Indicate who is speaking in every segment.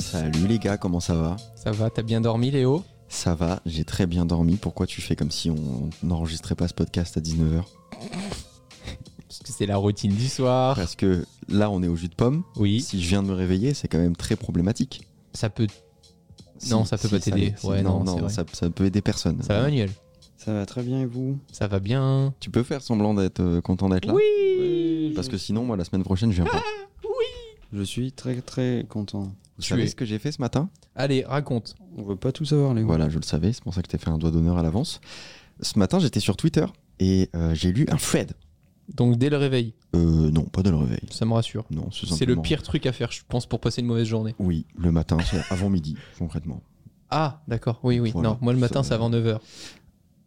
Speaker 1: Salut les gars, comment ça va
Speaker 2: Ça va, t'as bien dormi Léo
Speaker 1: Ça va, j'ai très bien dormi. Pourquoi tu fais comme si on n'enregistrait pas ce podcast à 19h
Speaker 2: Parce que c'est la routine du soir.
Speaker 1: Parce que là, on est au jus de pomme.
Speaker 2: Ah. Oui,
Speaker 1: Si je viens de me réveiller, c'est quand même très problématique.
Speaker 2: ça peut... Non, ça peut pas t'aider.
Speaker 1: l'est.
Speaker 2: Ouais,
Speaker 1: non,
Speaker 2: non, c'est
Speaker 1: non,
Speaker 2: vrai.
Speaker 1: ça, ça peut aider personne.
Speaker 2: Ça va Manuel
Speaker 3: Ça va très bien et vous
Speaker 2: Ça va bien
Speaker 1: tu peux faire semblant d'être euh, content d'être là
Speaker 2: Oui Ah,
Speaker 1: Parce que sinon, moi, la semaine prochaine, je viens pas.
Speaker 3: Je suis très très content.
Speaker 1: Vous
Speaker 2: Tu
Speaker 1: savez
Speaker 2: es.
Speaker 1: ce que j'ai fait ce matin
Speaker 2: Allez, raconte.
Speaker 3: On veut pas tout savoir Léo.
Speaker 1: Voilà, je le savais, c'est pour ça que je t'ai fait un doigt d'honneur à l'avance. Ce matin, j'étais sur Twitter et euh, j'ai lu un thread.
Speaker 2: Donc dès le réveil,
Speaker 1: Euh, non, pas de le réveil.
Speaker 2: ça me rassure.
Speaker 1: Non, c'est
Speaker 2: C'est le
Speaker 1: simplement-
Speaker 2: pire truc à faire, je pense, pour passer une mauvaise journée.
Speaker 1: Oui, le matin, c'est avant midi, concrètement.
Speaker 2: Ah, d'accord, oui, oui.
Speaker 1: Voilà.
Speaker 2: Non, moi le matin,
Speaker 1: Ça-
Speaker 2: c'est avant 9h.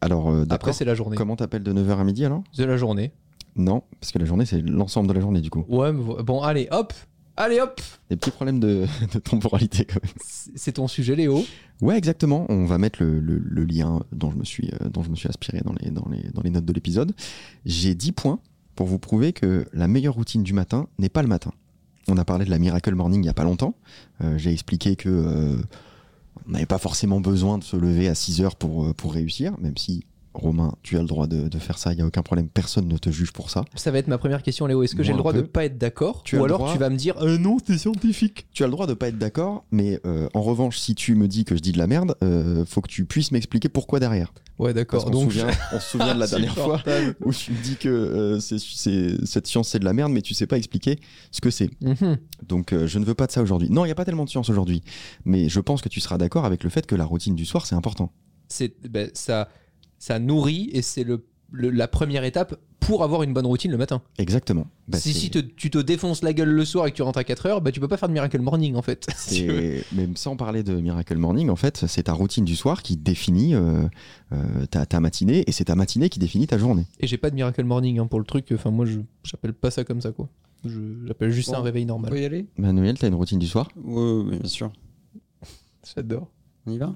Speaker 1: Alors, euh,
Speaker 2: Après,
Speaker 1: d'accord.
Speaker 2: c'est la journée.
Speaker 1: Comment t'appelles de 9h à midi alors
Speaker 2: De la journée.
Speaker 1: Non, parce que la journée, c'est l'ensemble de la journée du coup.
Speaker 2: Ouais, mais vo- bon, allez, hop Allez, hop
Speaker 1: Des petits problèmes de, de temporalité quand même.
Speaker 2: C'est c'est ton sujet Léo.
Speaker 1: Ouais, exactement. On va mettre le, le- le lien dont je me suis, euh, dont je me suis aspiré dans les, dans, les, dans les notes de l'épisode. J'ai 10 points pour vous prouver que la meilleure routine du matin n'est pas le matin. On a parlé de la Miracle Morning il n'y a pas longtemps. Euh, J'ai expliqué que euh, on n'avait pas forcément besoin de se lever à 6 heures pour, euh, pour réussir, même si, Romain, tu as le droit de, de faire ça, il n'y a aucun problème, personne ne te juge pour ça.
Speaker 2: Ça va être ma première question Léo. Est-ce que j'ai
Speaker 1: Moi,
Speaker 2: le
Speaker 1: un
Speaker 2: droit
Speaker 1: peu.
Speaker 2: de pas être d'accord
Speaker 1: Tu as
Speaker 2: Ou
Speaker 1: le
Speaker 2: alors
Speaker 1: droit.
Speaker 2: tu vas me dire euh, non, c'est scientifique
Speaker 1: Tu as le droit de pas être d'accord, mais euh, en revanche, si tu me dis que je dis de la merde, euh, faut que tu puisses m'expliquer pourquoi derrière.
Speaker 2: Ouais,
Speaker 1: Parce
Speaker 2: d'accord.
Speaker 1: qu'on se
Speaker 2: Donc
Speaker 1: souvient, on se souvient de la dernière fois
Speaker 2: Supportable.
Speaker 1: où tu me dis que euh, c'est- c'est- cette science c'est de la merde, mais tu sais pas expliquer ce que c'est.
Speaker 2: Mhm.
Speaker 1: Donc euh, je ne veux pas de ça aujourd'hui. Non, il y a pas tellement de science aujourd'hui, mais je pense que tu seras d'accord avec le fait que la routine du soir c'est important.
Speaker 2: c'est ben, ça ça nourrit et c'est le, le- la première étape pour avoir une bonne routine le matin.
Speaker 1: Exactement. Bah,
Speaker 2: si
Speaker 1: c'est-
Speaker 2: si te- tu te défonces la gueule le soir et que tu rentres à 4 heures, bah tu peux pas faire de miracle morning en fait. si tu veux.
Speaker 1: C'est- même sans parler de Miracle Morning, en fait, c'est ta routine du soir qui définit euh, euh, ta, ta matinée et c'est ta matinée qui définit ta journée.
Speaker 2: Et j'ai pas de miracle morning hein, pour le truc. Enfin moi je j'appelle pas ça comme ça quoi. Je- J'appelle juste ça
Speaker 3: Bon.
Speaker 2: un réveil
Speaker 3: On
Speaker 2: normal.
Speaker 3: peut y aller
Speaker 1: Manuel, t'as une routine du soir
Speaker 3: Ouais, ouais, bien sûr.
Speaker 2: J'adore.
Speaker 3: On y va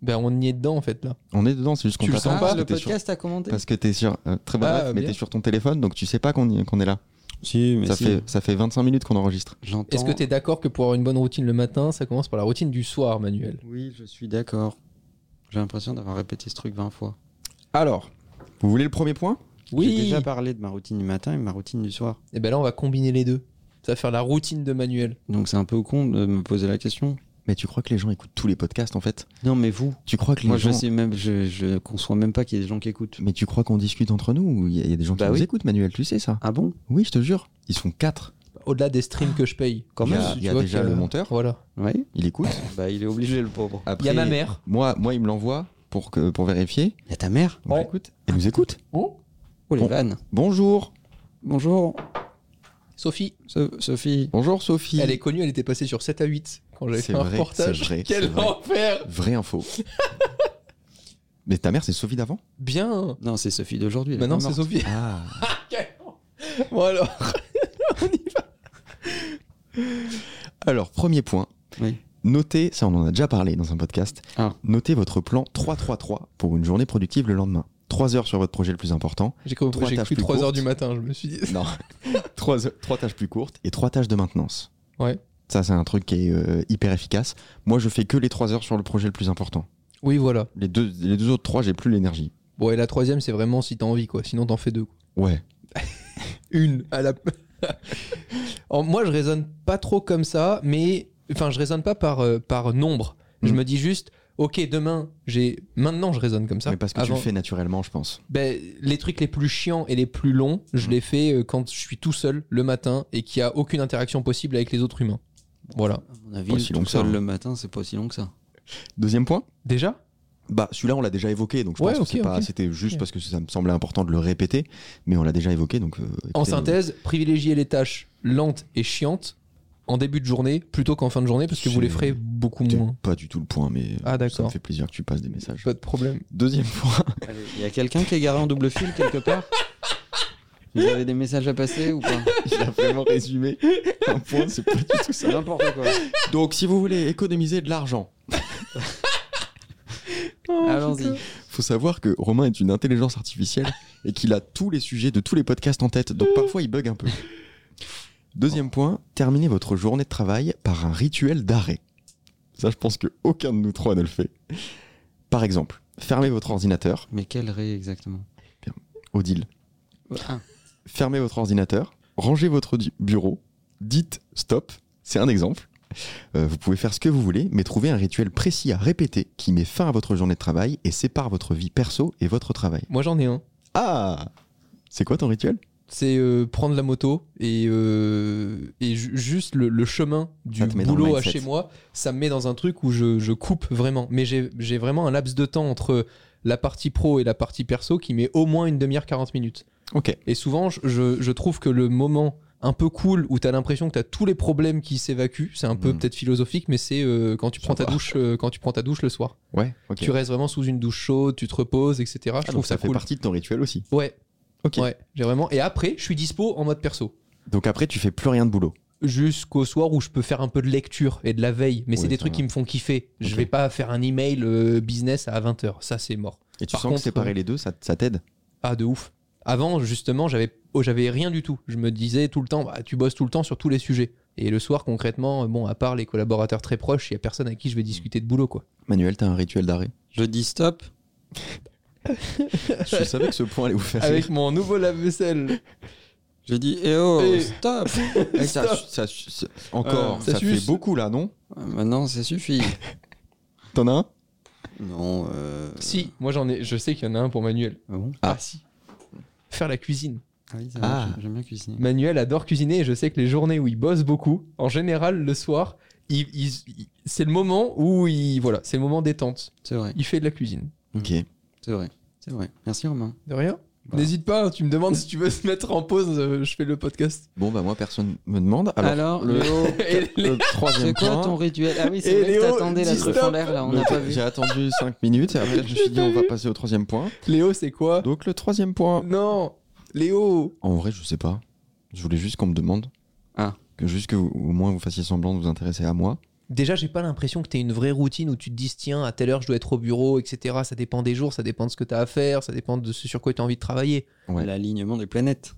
Speaker 2: Ben on y est dedans en fait là.
Speaker 1: On est dedans, c'est juste qu'on
Speaker 2: Tu le
Speaker 1: t'attend
Speaker 2: sens
Speaker 1: parce
Speaker 2: pas,
Speaker 1: que
Speaker 3: Ah, Le
Speaker 1: t'es sur-
Speaker 3: podcast a commenté
Speaker 1: Parce que t'es sur. euh, très bonne
Speaker 2: Ah,
Speaker 1: ref, mais
Speaker 2: bien.
Speaker 1: t'es sur ton téléphone, donc tu sais pas qu'on y- qu'on est là.
Speaker 3: Si, mais
Speaker 1: Ça
Speaker 3: si.
Speaker 1: fait, ça fait 25 minutes qu'on enregistre.
Speaker 3: J'entends.
Speaker 2: Est-ce que tu es d'accord que pour avoir une bonne routine le matin, ça commence par la routine du soir Manuel
Speaker 3: Oui, je suis d'accord. J'ai l'impression d'avoir répété ce truc 20 fois.
Speaker 1: Alors, vous voulez le premier point
Speaker 2: Oui.
Speaker 3: J'ai déjà parlé de ma routine du matin et de ma routine du soir.
Speaker 2: Et ben là on va combiner les deux. Ça va faire la routine de Manuel.
Speaker 3: Donc c'est un peu con de me poser la question.
Speaker 1: Mais tu crois que les gens écoutent tous les podcasts en fait
Speaker 3: Non, mais vous
Speaker 1: Tu crois que les
Speaker 3: Moi,
Speaker 1: gens.
Speaker 3: je sais même, je, je conçois même pas qu'il y ait des gens qui écoutent.
Speaker 1: Mais tu crois qu'on discute entre nous ou il y, a- il y a des gens
Speaker 3: Bah
Speaker 1: qui nous
Speaker 3: oui.
Speaker 1: écoutent, Manuel Tu sais ça
Speaker 3: Ah bon
Speaker 1: Oui, je te jure. Ils sont quatre.
Speaker 2: Au-delà des streams que je paye.
Speaker 3: Quand
Speaker 1: Il y a-
Speaker 3: même.
Speaker 2: Tu
Speaker 1: il y a
Speaker 2: vois
Speaker 1: déjà
Speaker 2: que- euh,
Speaker 1: le monteur.
Speaker 2: Voilà.
Speaker 3: Ouais. Ah,
Speaker 1: Il écoute.
Speaker 3: Bah, il est obligé, le pauvre.
Speaker 1: Après,
Speaker 2: Il y a ma mère.
Speaker 1: Moi, moi, il me l'envoie pour que pour vérifier.
Speaker 3: Il y a ta mère
Speaker 1: Donc,
Speaker 2: Ouais.
Speaker 1: j'écoute. Elle nous écoute.
Speaker 3: Oh, les
Speaker 1: Bon.
Speaker 3: vannes.
Speaker 1: Bonjour.
Speaker 3: Bonjour,
Speaker 2: Sophie,
Speaker 3: So- Sophie.
Speaker 1: Bonjour Sophie.
Speaker 2: elle est connue, elle était passée sur 7 à 8 quand j'avais
Speaker 1: C'est
Speaker 2: fait un
Speaker 1: vrai,
Speaker 2: reportage.
Speaker 1: c'est vrai, c'est
Speaker 2: Quel
Speaker 1: vrai.
Speaker 2: enfer
Speaker 1: Vraie info. Mais ta mère, c'est Sophie d'avant
Speaker 2: Bien
Speaker 3: Non, c'est Sophie d'aujourd'hui. elle est
Speaker 2: Maintenant,
Speaker 3: pas
Speaker 2: c'est
Speaker 3: morte.
Speaker 2: Sophie.
Speaker 1: Ah.
Speaker 2: Quel- bon alors, on y va.
Speaker 1: Alors, premier point.
Speaker 3: Oui.
Speaker 1: Notez, ça on en a déjà parlé dans un podcast,
Speaker 3: Ah.
Speaker 1: notez votre plan 3-3-3 pour une journée productive le lendemain. 3 heures sur votre projet le plus important.
Speaker 2: J'ai cru,
Speaker 1: Trois
Speaker 2: j'ai
Speaker 1: tâches
Speaker 2: cru
Speaker 1: plus
Speaker 2: 3 heures
Speaker 1: courtes.
Speaker 2: du matin, je me suis dit.
Speaker 1: Non. 3, tâches plus courtes et 3 tâches de maintenance.
Speaker 2: Ouais.
Speaker 1: Ça, c'est un truc qui est euh, hyper efficace. Moi, je fais que les 3 heures sur le projet le plus important.
Speaker 2: Oui, voilà.
Speaker 1: Les deux, les deux autres 3, j'ai plus l'énergie.
Speaker 2: Bon, et la troisième, c'est vraiment si t'as envie, quoi. Sinon, t'en fais deux. quoi.
Speaker 1: Ouais.
Speaker 2: Une à la. Alors, moi, je raisonne pas trop comme ça, mais. Enfin, je raisonne pas par, euh, par nombre. Je
Speaker 1: Mm.
Speaker 2: me dis juste, ok, demain, j'ai. Maintenant, je raisonne comme ça.
Speaker 1: Mais parce que tu
Speaker 2: Avant-
Speaker 1: le fais naturellement, je pense.
Speaker 2: Ben, les trucs les plus chiants et les plus longs, je les fais euh, quand je suis tout seul le matin et qu'il n'y a aucune interaction possible avec les autres humains. Voilà.
Speaker 3: À mon avis,
Speaker 1: Pas si long
Speaker 3: tout
Speaker 1: que ça,
Speaker 3: seul
Speaker 1: hein.
Speaker 3: le matin, c'est pas aussi long que ça.
Speaker 1: Deuxième point
Speaker 2: Déjà
Speaker 1: Bah, celui-là, on l'a déjà évoqué, donc je
Speaker 2: Ouais,
Speaker 1: pense
Speaker 2: ok,
Speaker 1: que c'est pas-
Speaker 2: ok.
Speaker 1: c'était juste
Speaker 2: Ok.
Speaker 1: parce que ça me semblait important de le répéter, mais on l'a déjà évoqué, donc. euh,
Speaker 2: En
Speaker 1: écoutez,
Speaker 2: synthèse, privilégiez les tâches lentes et chiantes en début de journée plutôt qu'en fin de journée parce que vous les
Speaker 1: C'est-
Speaker 2: ferez beaucoup
Speaker 1: euh, c'était
Speaker 2: moins.
Speaker 1: Pas du tout le point, mais euh,
Speaker 2: Mmh. Ah,
Speaker 1: ça me
Speaker 2: d'accord. Bah,
Speaker 1: fait plaisir que tu passes des messages.
Speaker 2: Pas de problème.
Speaker 1: Deuxième point.
Speaker 3: Il y a quelqu'un qui est garé en double fil quelque part Vous avez des messages à passer ou pas
Speaker 1: Il a vraiment résumé un point, c'est pas du tout ça.
Speaker 3: C'est n'importe quoi.
Speaker 1: Donc, si vous voulez économiser de l'argent,
Speaker 3: Allons-y.
Speaker 1: faut savoir que Romain est une intelligence artificielle et qu'il a tous les sujets de tous les podcasts en tête, donc parfois il bug un peu. Deuxième point, terminez votre journée de travail par un rituel d'arrêt. Ça, je pense que aucun de nous trois ne le fait. Par exemple, fermez votre ordinateur,
Speaker 3: Mais quel ré exactement
Speaker 1: Odile,
Speaker 3: Ah,
Speaker 1: fermez votre ordinateur, rangez votre du- bureau, dites stop, c'est un exemple. Euh, vous pouvez faire ce que vous voulez, mais trouvez un rituel précis à répéter qui met fin à votre journée de travail et sépare votre vie perso et votre travail.
Speaker 2: Moi j'en ai un.
Speaker 1: Ah C'est quoi ton rituel
Speaker 2: C'est euh, prendre la moto et, euh, et ju- juste le, le chemin du
Speaker 1: Ça te met dans le
Speaker 2: boulot à
Speaker 1: mindset.
Speaker 2: chez moi, ça me met dans un truc où je, je coupe vraiment. Mais j'ai j'ai vraiment un laps de temps entre la partie pro et la partie perso qui met au moins une demi-heure, 40 minutes.
Speaker 1: Ok.
Speaker 2: Et souvent, je- je, je trouve que le moment un peu cool où t'as l'impression que t'as tous les problèmes qui s'évacuent, c'est un peu
Speaker 1: Mm.
Speaker 2: peut-être philosophique, mais c'est euh, quand tu prends ta
Speaker 1: Sympa.
Speaker 2: douche, euh, quand tu prends ta douche le soir.
Speaker 1: Ouais, ok.
Speaker 2: Tu restes vraiment sous une douche chaude, tu te reposes, etc. Je
Speaker 1: Ah,
Speaker 2: trouve
Speaker 1: donc
Speaker 2: ça,
Speaker 1: ça fait
Speaker 2: cool.
Speaker 1: partie de ton rituel aussi.
Speaker 2: Ouais.
Speaker 1: Ok.
Speaker 2: Ouais, j'ai vraiment. Et après, je suis dispo en mode perso.
Speaker 1: Donc après, tu fais plus rien de boulot.
Speaker 2: Jusqu'au soir où je peux faire un peu de lecture et de la veille, mais
Speaker 1: Ouais,
Speaker 2: c'est des
Speaker 1: ça
Speaker 2: trucs
Speaker 1: va.
Speaker 2: qui me font kiffer. Je
Speaker 1: Ok.
Speaker 2: vais pas faire un email euh, business à 20h, ça c'est mort.
Speaker 1: Et tu
Speaker 2: Par
Speaker 1: sens
Speaker 2: contre,
Speaker 1: que séparer
Speaker 2: euh,
Speaker 1: les deux, ça, ça t'aide
Speaker 2: Ah, de ouf. Avant, justement, j'avais oh, j'avais rien du tout. Je me disais tout le temps, bah, tu bosses tout le temps sur tous les sujets. Et le soir, concrètement, euh, bon, à part les collaborateurs très proches, il n'y a personne à qui je vais discuter de boulot, quoi.
Speaker 1: Manuel, t'as un rituel d'arrêt
Speaker 3: je dis stop.
Speaker 1: Je savais que ce point allait vous faire rire.
Speaker 2: mon nouveau lave-vaisselle.
Speaker 3: Je dis eh oh,
Speaker 2: Eh.
Speaker 3: stop.
Speaker 1: Eh, ça- ça- ça- encore,
Speaker 3: Euh,
Speaker 1: ça,
Speaker 2: ça
Speaker 1: fait
Speaker 2: suce.
Speaker 1: beaucoup là, non
Speaker 3: Ah, Maintenant, ça suffit.
Speaker 1: T'en as un
Speaker 3: Non. Euh...
Speaker 2: Si, moi j'en ai, je sais qu'il y en a un pour Manuel.
Speaker 3: Ah bon
Speaker 1: Ah.
Speaker 2: si. Faire la cuisine.
Speaker 3: Ah oui, ça
Speaker 1: Ah.
Speaker 3: va, j'aime- j'aime bien cuisiner.
Speaker 2: Manuel adore cuisiner et je sais que les journées où il bosse beaucoup, en général, le soir, il- il- il- c'est le moment où il. Voilà, c'est le moment détente.
Speaker 3: C'est vrai,
Speaker 2: Il fait de la cuisine.
Speaker 1: Ok.
Speaker 3: c'est vrai, c'est vrai. Merci Romain.
Speaker 2: De rien N'hésite pas, hein, tu me demandes si tu veux se mettre en pause, euh, je fais le podcast.
Speaker 1: Bon, bah moi, personne me demande. Alors,
Speaker 3: Alors,
Speaker 1: le-
Speaker 3: Léo,
Speaker 2: Et les-
Speaker 1: le troisième
Speaker 3: c'est quoi
Speaker 1: point.
Speaker 3: ton rituel Ah oui,
Speaker 2: Eh,
Speaker 3: c'est vrai que
Speaker 2: Léo,
Speaker 3: t'attendais la
Speaker 2: dis
Speaker 3: truffe
Speaker 2: stop.
Speaker 3: en l'air là, on
Speaker 1: le-
Speaker 3: n'a pas vu.
Speaker 1: J'ai attendu 5 minutes et après, je me suis dit, on va passer au troisième point.
Speaker 2: Léo, c'est quoi
Speaker 1: Donc, le troisième
Speaker 2: euh,
Speaker 1: point.
Speaker 2: Non Léo
Speaker 1: En vrai, je sais pas. Je voulais juste qu'on me demande.
Speaker 3: Ah.
Speaker 1: Que juste que vous- au moins vous fassiez semblant de vous intéresser à moi.
Speaker 2: Déjà, j'ai pas l'impression que t'aies une vraie routine où tu te dis, tiens, à telle heure je dois être au bureau, etc. Ça dépend des jours, ça dépend de ce que t'as à faire, ça dépend de ce sur quoi t'as envie de travailler.
Speaker 1: Ouais.
Speaker 3: L'alignement des planètes.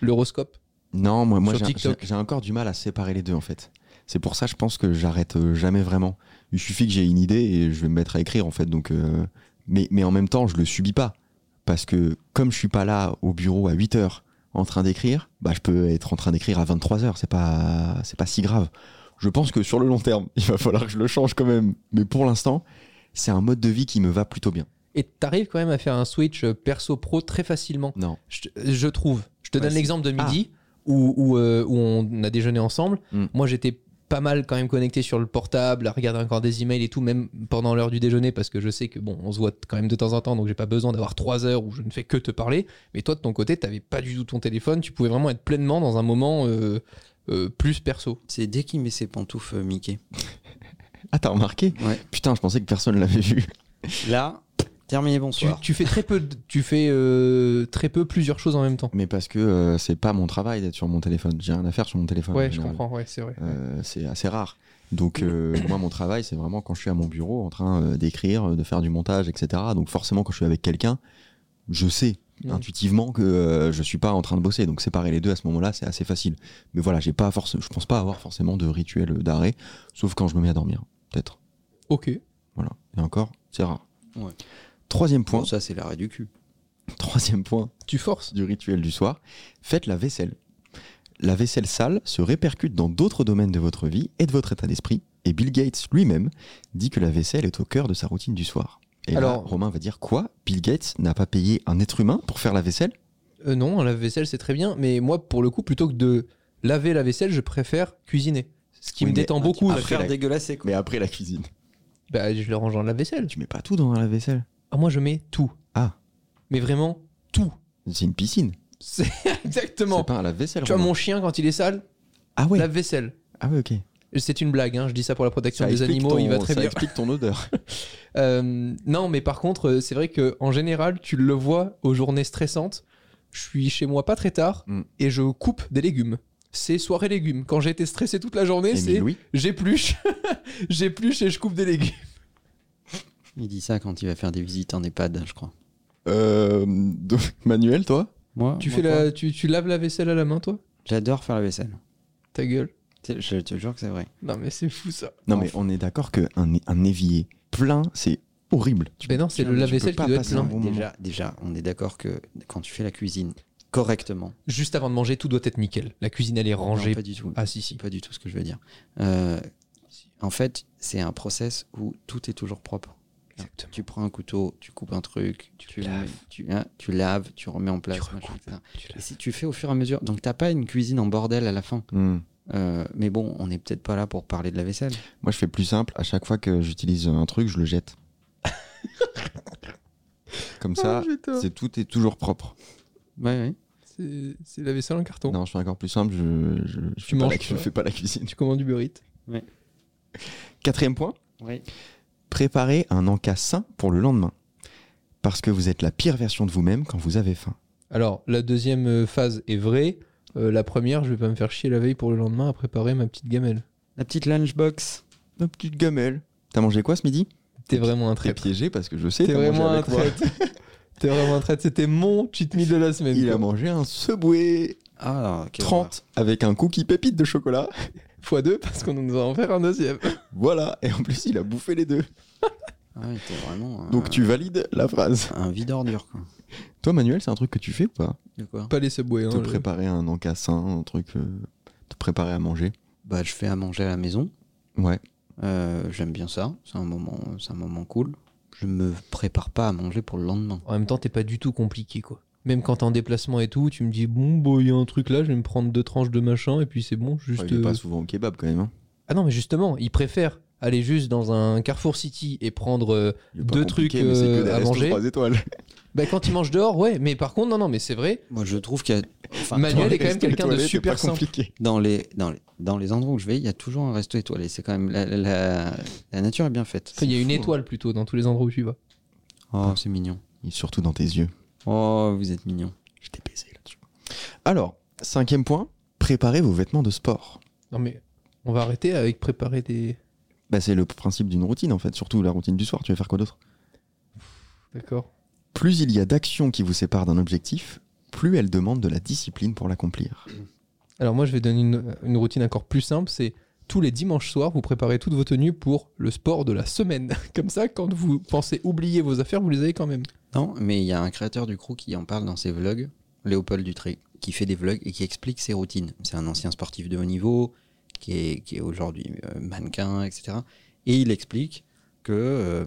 Speaker 2: L'horoscope.
Speaker 1: Non, moi, moi
Speaker 2: Sur
Speaker 1: j'ai- j'ai
Speaker 2: TikTok.
Speaker 1: j'ai encore du mal à séparer les deux en fait. C'est pour ça, je pense que j'arrête euh, jamais vraiment. Il suffit que j'ai une idée et je vais me mettre à écrire en fait. Donc, euh, mais, mais en même temps, je le subis pas. Parce que comme je suis pas là au bureau à 8 heures en train d'écrire, bah, je peux être en train d'écrire à 23 heures. C'est pas, c'est pas si grave. Je pense que sur le long terme, il va falloir que je le change quand même. Mais pour l'instant, c'est un mode de vie qui me va plutôt bien.
Speaker 2: Et t'arrives quand même à faire un switch euh, perso-pro très facilement.
Speaker 1: Non.
Speaker 2: Je, te- je trouve. Je te
Speaker 1: Ouais,
Speaker 2: donne
Speaker 1: c'est-
Speaker 2: l'exemple de midi où, où, euh, où on a déjeuné ensemble.
Speaker 1: Mm.
Speaker 2: Moi, j'étais pas mal quand même connecté sur le portable, à regarder encore des emails et tout, même pendant l'heure du déjeuner, parce que je sais que bon, on se voit quand même de temps en temps, donc j'ai pas besoin d'avoir trois heures où je ne fais que te parler. Mais toi, de ton côté, t'avais pas du tout ton téléphone, tu pouvais vraiment être pleinement dans un moment euh, euh, plus perso.
Speaker 3: C'est dès qu'il met ses pantoufles, euh, Mickey.
Speaker 1: Ah, t'as remarqué
Speaker 3: Ouais.
Speaker 1: Putain, je pensais que personne l'avait vu.
Speaker 3: Là, terminé,
Speaker 2: Tu,
Speaker 3: bonsoir.
Speaker 2: tu fais très peu, de- tu fais euh, très peu plusieurs choses en même temps.
Speaker 1: Mais parce que euh, c'est pas mon travail d'être sur mon téléphone. J'ai rien à faire sur mon téléphone. en
Speaker 2: Ouais, je
Speaker 1: général.
Speaker 2: comprends, ouais, c'est vrai.
Speaker 1: Euh, c'est assez rare. Donc euh, moi, mon travail, c'est vraiment quand je suis à mon bureau en train euh, d'écrire, euh, de faire du montage, etc. Donc forcément, quand je suis avec quelqu'un, je sais
Speaker 2: Mm.
Speaker 1: intuitivement que euh, je suis pas en train de bosser. Donc séparer les deux à ce moment-là, c'est assez facile. Mais voilà, j'ai pas forcément, je pense pas avoir forcément de rituel d'arrêt, sauf quand je me mets à dormir, peut-être.
Speaker 2: Ok.
Speaker 1: Voilà. Et encore, c'est rare.
Speaker 3: Ouais.
Speaker 1: Troisième point.
Speaker 3: Bon, ça, c'est l'arrêt du cul.
Speaker 1: Troisième point
Speaker 2: Tu forces.
Speaker 1: du rituel du soir, faites la vaisselle. La vaisselle sale se répercute dans d'autres domaines de votre vie et de votre état d'esprit, Et Bill Gates lui-même dit que la vaisselle est au cœur de sa routine du soir. Et Alors,
Speaker 2: Alors-
Speaker 1: Romain va dire quoi Bill Gates n'a pas payé un être humain pour faire la vaisselle
Speaker 2: Euh, non, la vaisselle c'est très bien, mais moi pour le coup, plutôt que de laver la vaisselle, je préfère cuisiner. Ce qui
Speaker 1: Oui,
Speaker 2: me
Speaker 1: mais
Speaker 2: détend beaucoup.
Speaker 1: après
Speaker 3: Faire
Speaker 1: la-
Speaker 3: dégueulasser quoi.
Speaker 1: Mais après la cuisine.
Speaker 2: Bah, je le range dans la vaisselle.
Speaker 1: Tu mets pas tout dans la vaisselle.
Speaker 2: Ah, moi je mets tout.
Speaker 1: Ah.
Speaker 2: Mais vraiment tout.
Speaker 1: C'est une piscine.
Speaker 2: C'est
Speaker 1: C'est
Speaker 2: exactement.
Speaker 1: pas à la vaisselle.
Speaker 2: Tu vois,
Speaker 1: Romain.
Speaker 2: mon chien quand il est sale,
Speaker 1: Ah ouais.
Speaker 2: lave vaisselle.
Speaker 1: Ah ouais, ok.
Speaker 2: C'est une blague, hein, je dis ça pour la protection
Speaker 1: Ça
Speaker 2: des
Speaker 1: explique
Speaker 2: animaux,
Speaker 1: ton-
Speaker 2: il va très
Speaker 1: ça
Speaker 2: bien.
Speaker 1: explique ton odeur.
Speaker 2: Euh, non, mais par contre, euh, c'est vrai que en général, tu le vois aux journées stressantes. Je suis chez moi pas très tard
Speaker 1: Mm.
Speaker 2: et je coupe des légumes. C'est soirée légumes. Quand j'ai été stressé toute la journée,
Speaker 1: Et mais
Speaker 2: c'est
Speaker 1: Louis,
Speaker 2: j'épluche, j'épluche et je coupe des légumes.
Speaker 3: Il dit ça quand il va faire des visites en EHPAD, je crois.
Speaker 1: euh, donc, Manuel, toi
Speaker 3: Moi,
Speaker 2: Tu
Speaker 3: moi,
Speaker 2: fais
Speaker 3: quoi
Speaker 2: la, tu, tu laves la vaisselle à la main, toi
Speaker 3: J'adore faire la vaisselle.
Speaker 2: Ta gueule.
Speaker 3: C'est- Je te jure que c'est vrai.
Speaker 2: Non, mais c'est fou ça.
Speaker 1: Non,
Speaker 3: Non,
Speaker 1: mais
Speaker 3: faut-
Speaker 1: on est d'accord qu'un un évier plein, c'est horrible. Tu-
Speaker 2: Mais non, Ah, c'est
Speaker 1: tu-
Speaker 2: le
Speaker 1: tu
Speaker 2: lave-vaisselle
Speaker 1: peux
Speaker 2: qui
Speaker 1: pas
Speaker 2: doit être
Speaker 1: passer un
Speaker 2: plein.
Speaker 1: bon moment.
Speaker 3: déjà, déjà, on est d'accord que quand tu fais la cuisine correctement,
Speaker 2: Juste avant de manger, tout doit être nickel. La cuisine, elle est rangée.
Speaker 3: Non, pas du tout.
Speaker 2: Ah si si.
Speaker 3: Pas du tout ce que je veux dire. Euh, en fait, c'est un process où tout est toujours propre.
Speaker 2: Exactement.
Speaker 3: Tu prends un couteau, tu coupes un truc, tu, le
Speaker 2: laves.
Speaker 3: mets- tu, hein, tu laves, tu remets en place.
Speaker 2: Tu
Speaker 3: machin,
Speaker 2: recoupes.
Speaker 3: etc.
Speaker 2: Tu
Speaker 3: Et
Speaker 2: laves.
Speaker 3: si tu fais au fur et à mesure, donc t'as pas une cuisine en bordel à la fin.
Speaker 1: Hmm.
Speaker 3: Euh, mais bon, on n'est peut-être pas là pour parler de la vaisselle.
Speaker 1: Moi, je fais plus simple. À chaque fois que j'utilise un truc, je le jette. Comme
Speaker 2: Ah,
Speaker 1: ça, c'est tout est toujours propre.
Speaker 3: Ouais, ouais.
Speaker 2: C'est c'est la vaisselle en carton.
Speaker 1: Non, je fais encore plus simple. Je, je, je fais,
Speaker 2: Tu
Speaker 1: pas
Speaker 2: manges
Speaker 1: la, je
Speaker 2: pas.
Speaker 1: fais pas la cuisine.
Speaker 2: Tu commandes du burrito.
Speaker 1: Quatrième point
Speaker 3: Ouais.
Speaker 1: préparez un encas sain pour le lendemain. Parce que vous êtes la pire version de vous-même quand vous avez faim.
Speaker 2: Alors, la deuxième euh, phase est vraie. Euh, la première, je vais pas me faire chier la veille pour le lendemain à préparer ma petite gamelle.
Speaker 3: La petite lunchbox.
Speaker 1: Ma petite gamelle. T'as mangé quoi ce midi
Speaker 2: T'es vraiment un
Speaker 1: Très
Speaker 2: traître.
Speaker 1: piégé parce que je sais.
Speaker 2: T'es
Speaker 1: t'as mangé
Speaker 2: vraiment un
Speaker 1: avec moi.
Speaker 2: traître. T'es vraiment un traître. C'était mon cheat meal de la semaine.
Speaker 1: Il
Speaker 2: quoi.
Speaker 1: a mangé un Subway
Speaker 3: Ah, quelle horreur.
Speaker 1: 30 avec un cookie pépite de chocolat.
Speaker 2: Fois deux parce qu'on nous a en faire un deuxième.
Speaker 1: Voilà. Et en plus, il a bouffé les deux.
Speaker 3: Ah, ouais, t'es vraiment. un-
Speaker 1: Donc tu valides la phrase.
Speaker 3: Un vide ordure, quoi.
Speaker 1: Toi, Manuel, c'est un truc que tu fais ou pas
Speaker 3: De quoi
Speaker 2: Pas les subways. Hein,
Speaker 1: Te
Speaker 2: le-
Speaker 1: préparer un encassin, un truc. euh, te préparer à manger.
Speaker 3: Bah, je fais à manger à la maison.
Speaker 1: Ouais.
Speaker 3: Euh, J'aime bien ça. C'est un moment, c'est un moment cool. Je me prépare pas à manger pour le lendemain.
Speaker 2: En même temps, t'es pas du tout compliqué, quoi. Même quand t'es en déplacement et tout, tu me dis, bon, bah, il y a un truc là, je vais me prendre deux tranches de machin, et puis c'est bon, juste.
Speaker 1: Enfin, il est
Speaker 2: euh,
Speaker 1: pas souvent au kebab quand même. hein.
Speaker 2: Ah non, mais justement, ils préfèrent aller juste dans un Carrefour City et prendre. euh,
Speaker 1: Il est pas
Speaker 2: Deux
Speaker 1: compliqué,
Speaker 2: trucs,
Speaker 1: mais c'est que
Speaker 2: euh,
Speaker 1: des
Speaker 2: à
Speaker 1: restos
Speaker 2: manger.
Speaker 1: trois étoiles.
Speaker 2: Bah, quand ils mangent dehors, ouais, mais par contre, non, non, mais c'est vrai,
Speaker 3: Moi, je trouve qu'il y a. enfin,
Speaker 2: Manuel
Speaker 1: Les
Speaker 2: est quand même
Speaker 1: restos
Speaker 2: quelqu'un de
Speaker 1: étoilés, c'est
Speaker 2: super
Speaker 1: pas
Speaker 2: simple.
Speaker 1: compliqué.
Speaker 3: dans les, dans les, dans les endroits où je vais, il y a toujours un resto étoilé. C'est quand même la, la- la- la nature est bien faite.
Speaker 2: Enfin, il y
Speaker 1: hein.
Speaker 2: a une étoile plutôt dans tous les endroits où tu vas.
Speaker 3: Oh, c'est mignon.
Speaker 1: Et surtout dans tes yeux.
Speaker 3: Oh, vous êtes mignon.
Speaker 1: Je t'ai baisé là-dessus. Alors, cinquième point, préparez vos vêtements de sport.
Speaker 2: Non, mais on va arrêter avec préparer des.
Speaker 1: Bah, c'est le principe d'une routine en fait, surtout la routine du soir. Tu vas faire quoi d'autre
Speaker 2: D'accord.
Speaker 1: Plus il y a d'actions qui vous séparent d'un objectif, plus elle demande de la discipline pour l'accomplir.
Speaker 2: Alors, moi, je vais donner une, une routine encore plus simple c'est tous les dimanches soirs, vous préparez toutes vos tenues pour le sport de la semaine. Comme ça, quand vous pensez oublier vos affaires, vous les avez quand même.
Speaker 3: Non, mais il y a un créateur du crew qui en parle dans ses vlogs, Léopold Dutré, qui fait des vlogs et qui explique ses routines. C'est un ancien sportif de haut niveau, qui est, qui est aujourd'hui euh, mannequin, etc. Et il explique que euh,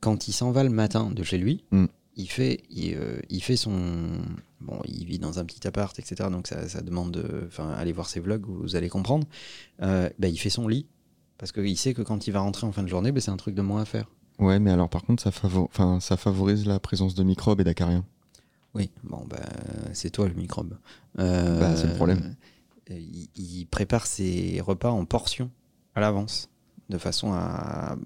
Speaker 3: quand il s'en va le matin de chez lui,
Speaker 1: Mm.
Speaker 3: il, fait, il, euh, il fait son... Bon, il vit dans un petit appart, etc. Donc ça, ça demande de... Enfin, allez voir ses vlogs, vous allez comprendre. Euh, ben, il fait son lit. Parce qu'il sait que quand il va rentrer en fin de journée, ben, c'est un truc de moins à faire.
Speaker 1: Ouais, mais alors par contre, ça, favo- enfin, ça favorise la présence de microbes et d'acariens.
Speaker 3: Oui, bon, bah, c'est toi le microbe. Euh,
Speaker 1: Bah, c'est le problème.
Speaker 3: euh, il, il prépare ses repas en portions à l'avance, de façon à,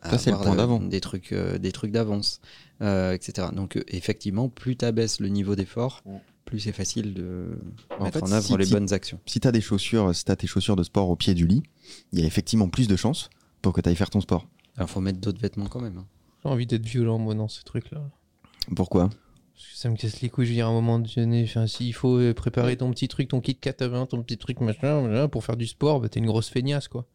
Speaker 3: à
Speaker 1: Ça, c'est le point
Speaker 3: de-
Speaker 1: d'avant.
Speaker 3: des trucs, euh, des trucs d'avance, euh, etc. Donc, euh, effectivement, plus tu abaisses le niveau d'effort, plus c'est facile de
Speaker 1: En
Speaker 3: mettre
Speaker 1: fait,
Speaker 3: en œuvre
Speaker 1: si
Speaker 3: les
Speaker 1: t'y-
Speaker 3: bonnes actions.
Speaker 1: Si t'as des chaussures, si t'as tes chaussures de sport au pied du lit, il y a effectivement plus de chances pour que t'ailles faire ton sport.
Speaker 3: Alors, faut mettre d'autres vêtements quand même. hein.
Speaker 2: J'ai envie d'être violent, moi, dans ces trucs-là.
Speaker 1: Pourquoi
Speaker 2: Parce que ça me casse les couilles, je veux dire, à un moment donné, enfin, s'il faut euh, préparer ton petit truc, ton kit 80, ton petit truc machin, machin, pour faire du sport, bah, t'es une grosse feignasse, quoi.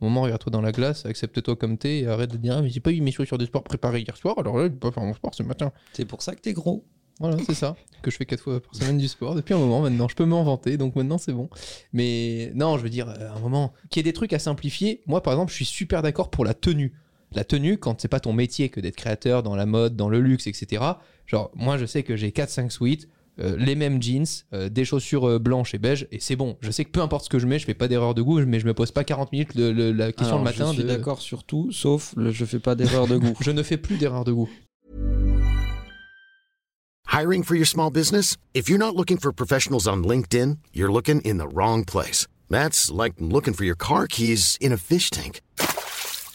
Speaker 2: Au moment, regarde-toi dans la glace, accepte-toi comme t'es et arrête de dire, ah, mais j'ai pas eu mes chaussures de sport préparées hier soir, alors là, je peux pas faire mon sport ce matin.
Speaker 3: C'est pour ça que t'es gros.
Speaker 2: Voilà, c'est ça. Que je fais quatre fois par semaine du sport depuis un moment maintenant. Je peux m'en vanter, donc maintenant c'est bon. Mais non, je veux dire, euh, à un moment, qu'il y ait des trucs à simplifier. Moi, par exemple, je suis super d'accord pour la tenue. La tenue, quand c'est pas ton métier que d'être créateur dans la mode, dans le luxe, etc. Genre, moi, je sais que j'ai 4-5 suites, euh, les mêmes jeans, euh, des chaussures euh, blanches et beiges, et c'est bon. Je sais que peu importe ce que je mets, je fais pas d'erreur de goût, mais je me pose pas 40 minutes le- le- la question
Speaker 3: Alors,
Speaker 2: le matin.
Speaker 3: Je suis
Speaker 2: de-
Speaker 3: d'accord sur tout, sauf le je fais pas d'erreur de goût.
Speaker 2: Je ne fais plus d'erreur de goût.
Speaker 4: Hiring for your small business? If you're not looking for professionals on LinkedIn, you're looking in the wrong place. That's like looking for your car keys in a fish tank.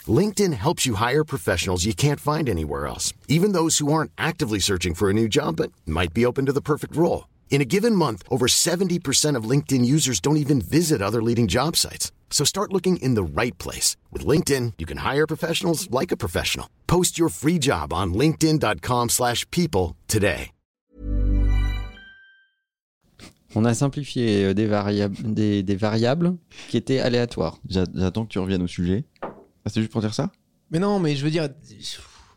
Speaker 4: LinkedIn helps you hire professionals you can't find anywhere else, even those who aren't actively searching for a new job but might be open to the perfect role. In a given month, over 70% of LinkedIn users don't even visit other leading job sites. So start looking in the right place. With LinkedIn, you can hire professionals like a professional. Post your free job on linkedin.com/people slash people today.
Speaker 3: On a simplifié euh, des variables, des, des variables qui étaient aléatoires.
Speaker 1: J'a- J'attends que tu reviennes au sujet. Ah, c'est juste pour dire ça
Speaker 2: Mais non, mais je veux dire,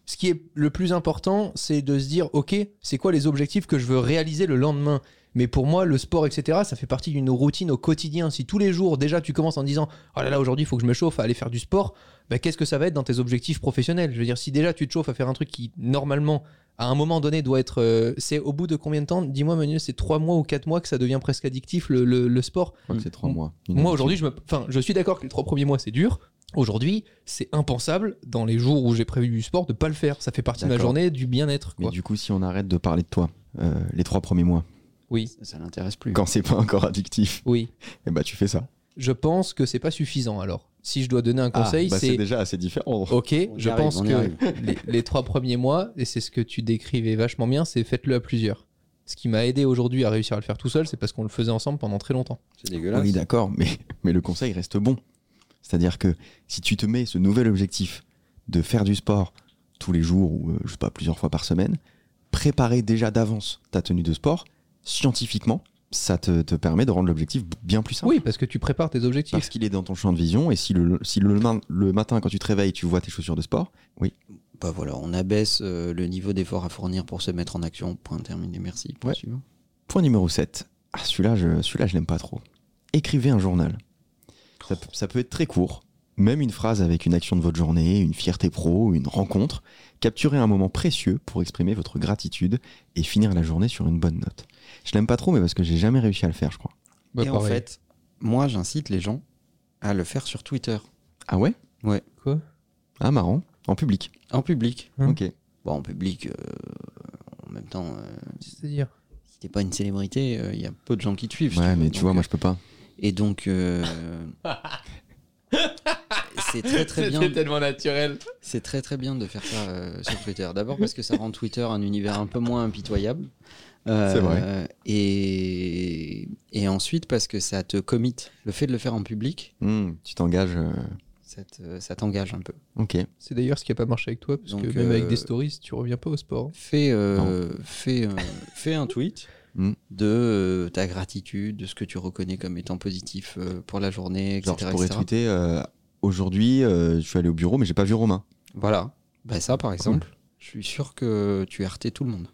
Speaker 2: ce qui est le plus important, c'est de se dire, ok, c'est quoi les objectifs que je veux réaliser le lendemain mais pour moi, le sport, etc., ça fait partie d'une routine au quotidien. Si tous les jours, déjà, tu commences en disant Oh là là, aujourd'hui, il faut que je me chauffe à aller faire du sport, bah, qu'est-ce que ça va être dans tes objectifs professionnels Je veux dire, si déjà tu te chauffes à faire un truc qui, normalement, à un moment donné, doit être. euh, c'est au bout de combien de temps Dis-moi, Manu, c'est 3 mois ou 4 mois que ça devient presque addictif, le- le- le sport
Speaker 1: Je crois que c'est trois mois. Une
Speaker 2: Mm.
Speaker 3: Mmh.
Speaker 2: moi
Speaker 1: année.
Speaker 2: aujourd'hui, je, me... enfin, je suis d'accord que les trois premiers mois c'est dur. Aujourd'hui, c'est impensable dans les jours où j'ai prévu du sport de pas le faire. Ça fait partie de ma
Speaker 1: D'accord.
Speaker 2: journée du bien-être.
Speaker 1: Mais
Speaker 2: quoi.
Speaker 1: du coup, si on arrête de parler de toi euh, les trois premiers mois,
Speaker 2: Oui,
Speaker 3: Ça l'intéresse plus.
Speaker 1: quand c'est pas encore addictif,
Speaker 2: oui.
Speaker 1: et bah tu fais ça.
Speaker 2: Je pense que c'est pas suffisant. Alors, si je dois donner un conseil,
Speaker 1: Ah, bah,
Speaker 2: c'est
Speaker 1: déjà assez différent.
Speaker 2: ok.
Speaker 3: On y
Speaker 2: Je
Speaker 3: arrive,
Speaker 2: pense
Speaker 3: on y
Speaker 2: que
Speaker 3: arrive.
Speaker 2: les, les trois premiers mois, et c'est ce que tu décrivais vachement bien, c'est faites-le à plusieurs. Ce qui m'a aidé aujourd'hui à réussir à le faire tout seul, c'est parce qu'on le faisait ensemble pendant très longtemps.
Speaker 3: C'est dégueulasse.
Speaker 1: Oui, d'accord, mais, mais le conseil reste bon. C'est-à-dire que si tu te mets ce nouvel objectif de faire du sport tous les jours ou, euh, je sais pas, plusieurs fois par semaine, préparer déjà d'avance ta tenue de sport, scientifiquement, ça te, te permet de rendre l'objectif bien plus simple.
Speaker 2: Oui, parce que tu prépares tes objectifs.
Speaker 1: Parce qu'il est dans ton champ de vision et si le, si le, ma- le matin quand tu te réveilles tu vois tes chaussures de sport, oui,
Speaker 3: Bah voilà, on abaisse euh, le niveau d'effort à fournir pour se mettre en action. Point terminé, merci. Point
Speaker 1: Ouais.
Speaker 3: suivant.
Speaker 1: Point numéro 7. Ah, celui-là, je, celui-là, je l'aime pas trop. Écrivez un journal. Ça, peut- ça peut être très court. Même une phrase avec une action de votre journée, une fierté pro, une rencontre. Capturez un moment précieux pour exprimer votre gratitude et finir la journée sur une bonne note. Je l'aime pas trop, mais parce que j'ai jamais réussi à le faire, je crois.
Speaker 2: Bah,
Speaker 3: Et en
Speaker 2: pareil.
Speaker 3: fait, moi j'incite les gens à le faire sur Twitter,
Speaker 1: Ah ouais
Speaker 2: quoi
Speaker 1: Ah, marrant. En public.
Speaker 3: en public.
Speaker 2: Hein
Speaker 1: Ok.
Speaker 3: Bon, en public, euh, en même temps, euh,
Speaker 2: C'est-à-dire
Speaker 3: si t'es pas une célébrité, euh, il y a peu de gens qui te suivent. si
Speaker 1: Ouais,
Speaker 3: veux.
Speaker 1: mais tu
Speaker 3: Donc,
Speaker 1: vois,
Speaker 3: euh,
Speaker 1: moi, je peux pas.
Speaker 3: Et donc, euh, c'est très très bien.
Speaker 2: tellement naturel.
Speaker 3: C'est très très bien de faire ça euh, sur Twitter. D'abord parce que ça rend Twitter un univers un peu moins impitoyable. Euh,
Speaker 1: C'est vrai.
Speaker 3: Et, et ensuite parce que ça te commit. Le fait de le faire en public,
Speaker 1: Hmm, tu t'engages. euh,
Speaker 3: ça te- ça t'engage un peu.
Speaker 1: Ok.
Speaker 2: C'est d'ailleurs ce qui a pas marché avec toi, parce
Speaker 3: Donc,
Speaker 2: que même avec
Speaker 3: euh,
Speaker 2: des stories, tu reviens pas au sport. hein.
Speaker 3: Fais, euh, fais, euh, fais un tweet
Speaker 1: Mm.
Speaker 3: de euh, ta gratitude, de ce que tu reconnais comme étant positif euh, pour la journée, etc.
Speaker 1: Genre, je pourrais
Speaker 3: etc.
Speaker 1: tweeter euh, aujourd'hui, euh, je suis allé au bureau, mais j'ai pas vu Romain.
Speaker 3: Voilà. Bah, ça, par exemple, je suis sûr que tu RT tout le monde.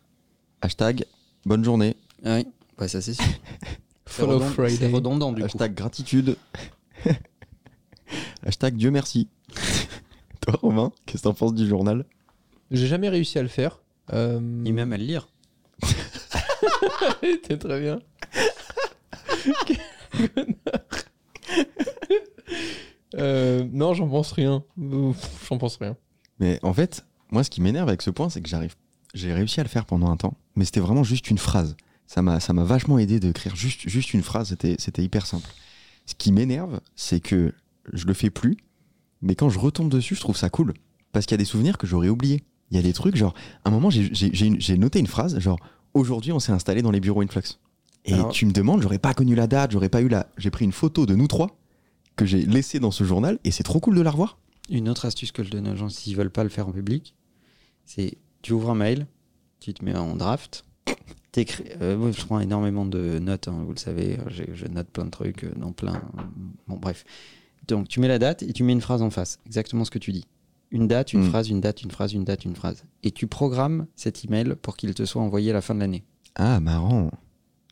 Speaker 1: Hashtag bonne journée.
Speaker 3: Ah oui, bah, ça c'est sûr. C'est
Speaker 2: Follow
Speaker 3: redond-
Speaker 2: Friday.
Speaker 3: C'est redondant du coup.
Speaker 1: Hashtag gratitude. Hashtag Dieu merci. Toi, Romain, qu'est-ce que t'en penses du journal
Speaker 2: J'ai jamais réussi à le faire. Euh...
Speaker 3: Ni même à le lire.
Speaker 2: T'es très bien. Euh, non, j'en pense rien. Ouf, J'en pense rien.
Speaker 1: Mais en fait, moi, ce qui m'énerve avec ce point, c'est que j'arrive. J'ai réussi à le faire pendant un temps, mais c'était vraiment juste une phrase. Ça m'a, ça m'a vachement aidé d'écrire juste, juste une phrase. C'était, c'était hyper simple. Ce qui m'énerve, c'est que je le fais plus, mais quand je retombe dessus, je trouve ça cool. Parce qu'il y a des souvenirs que j'aurais oubliés. Il y a des trucs, genre, à un moment, j'ai, j'ai- j'ai une- j'ai noté une phrase, genre, aujourd'hui, on s'est installé dans les bureaux Influx. Et
Speaker 3: Alors-
Speaker 1: tu me demandes, j'aurais pas connu la date, j'aurais pas eu la. J'ai pris une photo de nous trois que j'ai laissée dans ce journal, et c'est trop cool de la revoir.
Speaker 3: Une autre astuce que je donne aux gens s'ils veulent pas le faire en public, c'est tu ouvres un mail, tu te mets en draft, t'écris. euh, moi, je prends énormément de notes, hein, vous le savez, je, je note plein de trucs euh, dans plein. Bon bref. Donc tu mets la date et tu mets une phrase en face, exactement ce que tu dis. Une date, une
Speaker 1: Mm.
Speaker 3: phrase, une date, une phrase, une date, une phrase. Et tu programmes cet email pour qu'il te soit envoyé à la fin de l'année.
Speaker 1: Ah, marrant.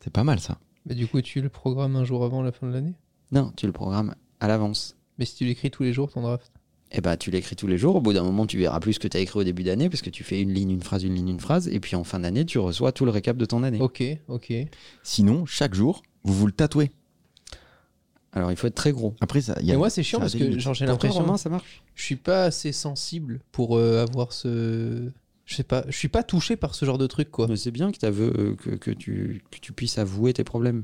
Speaker 1: C'est pas mal ça.
Speaker 2: Mais du coup, tu le programmes un jour avant la fin de l'année
Speaker 3: Non, tu le programmes à l'avance.
Speaker 2: Mais si tu l'écris tous les jours, ton draft.
Speaker 3: Eh ben, tu l'écris tous les jours. Au bout d'un moment, tu verras plus ce que tu as écrit au début d'année parce que tu fais une ligne, une phrase, une ligne, une phrase. Et puis en fin d'année, tu reçois tout le récap de ton année.
Speaker 2: Ok, ok.
Speaker 1: Sinon, chaque jour, vous vous le tatouez.
Speaker 3: Alors, il faut être très gros.
Speaker 1: Après, ça. y a-
Speaker 2: Mais moi, c'est chiant
Speaker 1: ça a
Speaker 2: parce
Speaker 1: des
Speaker 2: que
Speaker 1: limites.
Speaker 2: genre, j'ai
Speaker 3: Pour toi,
Speaker 2: l'impression.
Speaker 3: Romain, ça marche
Speaker 2: Je suis pas assez sensible pour euh, avoir ce. Je sais pas. Je suis pas touché par ce genre de truc, quoi.
Speaker 3: Mais C'est bien que, t'aveu- euh, que, que tu, que tu puisses avouer tes problèmes.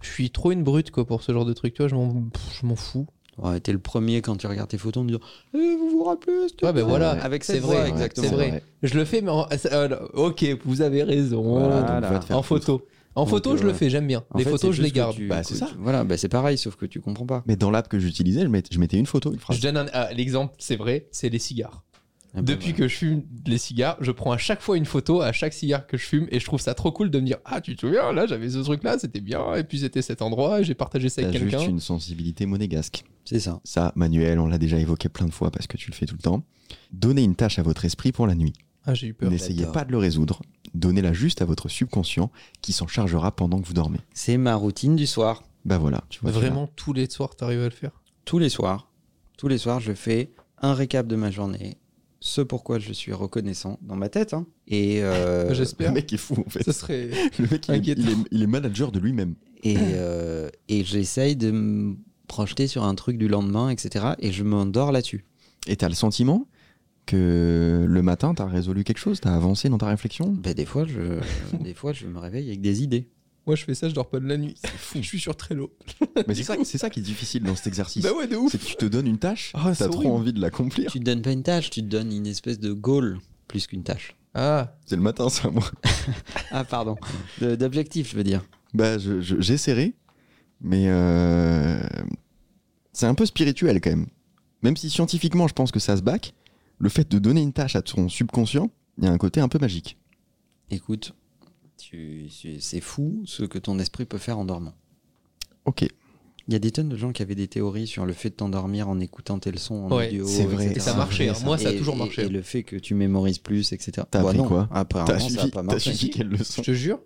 Speaker 2: Je suis trop une brute, quoi, pour ce genre de truc. Tu vois, je m'en, pff, je m'en fous.
Speaker 3: Ouais, t'es le premier quand tu regardes tes photos de dire Eh, Vous vous rappelez s'il te
Speaker 2: Ouais, ben
Speaker 3: plaît
Speaker 2: voilà.
Speaker 3: Avec
Speaker 2: C'est
Speaker 3: cette
Speaker 2: vrai,
Speaker 3: voix,
Speaker 1: Ouais,
Speaker 3: exactement.
Speaker 2: c'est vrai. Je le fais, mais en... euh, ok, vous avez raison.
Speaker 1: Voilà, donc
Speaker 3: Voilà.
Speaker 1: va te faire
Speaker 2: En
Speaker 1: foutre.
Speaker 2: photo. En
Speaker 3: Donc,
Speaker 2: photo,
Speaker 3: euh,
Speaker 2: je le
Speaker 3: ouais.
Speaker 2: fais. J'aime bien.
Speaker 3: En
Speaker 2: les
Speaker 3: fait, c'est
Speaker 2: photos, je
Speaker 3: juste
Speaker 2: les
Speaker 3: que
Speaker 2: garde.
Speaker 3: tu-
Speaker 1: Bah, c'est
Speaker 3: que
Speaker 1: ça.
Speaker 3: tu- Voilà, bah, c'est pareil, sauf que tu comprends pas.
Speaker 1: Mais dans l'app que j'utilisais, je, mettais- je mettais une photo, une phrase.
Speaker 2: Je donne un- ah, l'exemple, c'est vrai, c'est les cigares.
Speaker 3: Ah, bah,
Speaker 2: Depuis
Speaker 3: voilà.
Speaker 2: que je fume les cigares, je prends à chaque fois une photo à chaque cigare que je fume et je trouve ça trop cool de me dire Ah, tu te souviens, là j'avais ce truc là, c'était bien, et puis c'était cet endroit, et j'ai partagé ça
Speaker 1: T'as
Speaker 2: avec
Speaker 1: juste
Speaker 2: quelqu'un.
Speaker 1: une sensibilité monégasque.
Speaker 3: C'est ça.
Speaker 1: Ça, Manuel, on l'a déjà évoqué plein de fois parce que tu le fais tout le temps. Donnez une tâche à votre esprit pour la nuit.
Speaker 2: Ah, j'ai eu peur.
Speaker 1: N'essayez
Speaker 3: j'adore.
Speaker 1: pas de le résoudre. Donnez-la juste à votre subconscient qui s'en chargera pendant que vous dormez.
Speaker 3: C'est ma routine du soir.
Speaker 1: Bah voilà, tu vois. tu
Speaker 2: Vraiment, tous les soirs, t'arrives à le faire.
Speaker 3: Tous les soirs. Tous les soirs, je fais un récap de ma journée, ce pourquoi je suis reconnaissant dans ma tête. hein. Et, euh,
Speaker 1: l'as.
Speaker 2: J'espère.
Speaker 1: Le mec est fou en fait.
Speaker 2: Ça serait.
Speaker 1: Le mec, il est,
Speaker 2: Inquiétant.
Speaker 1: il est- il est manager de lui-même.
Speaker 3: et, euh, et j'essaye de me projeter sur un truc du lendemain, etc. Et je m'endors là-dessus.
Speaker 1: Et t'as le sentiment que le matin, t'as résolu quelque chose, t'as avancé dans ta réflexion.
Speaker 3: Bah, des, fois, je, des fois, je me réveille avec des idées.
Speaker 2: Moi, je fais ça, je dors pas de la nuit. je suis sur Trello.
Speaker 1: Mais c'est ça, c'est ça qui est difficile dans cet exercice.
Speaker 2: Bah ouais, de ouf.
Speaker 1: C'est que tu te donnes une tâche,
Speaker 2: Ah, c'est
Speaker 1: t'as trop
Speaker 2: horrible.
Speaker 1: envie de l'accomplir.
Speaker 3: Tu te donnes pas une tâche, tu te donnes une espèce de goal plus qu'une tâche.
Speaker 2: Ah,
Speaker 1: C'est le matin, ça, moi.
Speaker 3: Ah, pardon. De- D'objectif, je veux dire.
Speaker 1: Bah, je- je- j'essaierai, mais euh, c'est un peu spirituel quand même. Même si scientifiquement, je pense que ça se back, le fait de donner une tâche à son subconscient, il y a un côté un peu magique.
Speaker 3: Écoute, tu- tu- c'est fou ce que ton esprit peut faire en dormant.
Speaker 1: Ok,
Speaker 3: Il y a des tonnes de gens qui avaient des théories sur le fait de t'endormir en écoutant tel son en
Speaker 2: Ouais,
Speaker 3: audio.
Speaker 1: c'est vrai.
Speaker 3: etc.
Speaker 2: et ça
Speaker 1: Ah,
Speaker 2: marchait.
Speaker 1: oui,
Speaker 2: hein.
Speaker 1: ça.
Speaker 2: Moi, ça a
Speaker 3: Et-
Speaker 2: toujours
Speaker 3: et-
Speaker 2: marché.
Speaker 3: Et, le fait que tu mémorises plus, etc.
Speaker 1: T'as appris
Speaker 3: non.
Speaker 1: quoi
Speaker 3: Après,
Speaker 1: t'as
Speaker 3: ça a
Speaker 1: suivi,
Speaker 3: pas
Speaker 1: t'as
Speaker 3: marché.
Speaker 1: suivi quelle leçon
Speaker 2: Je te jure,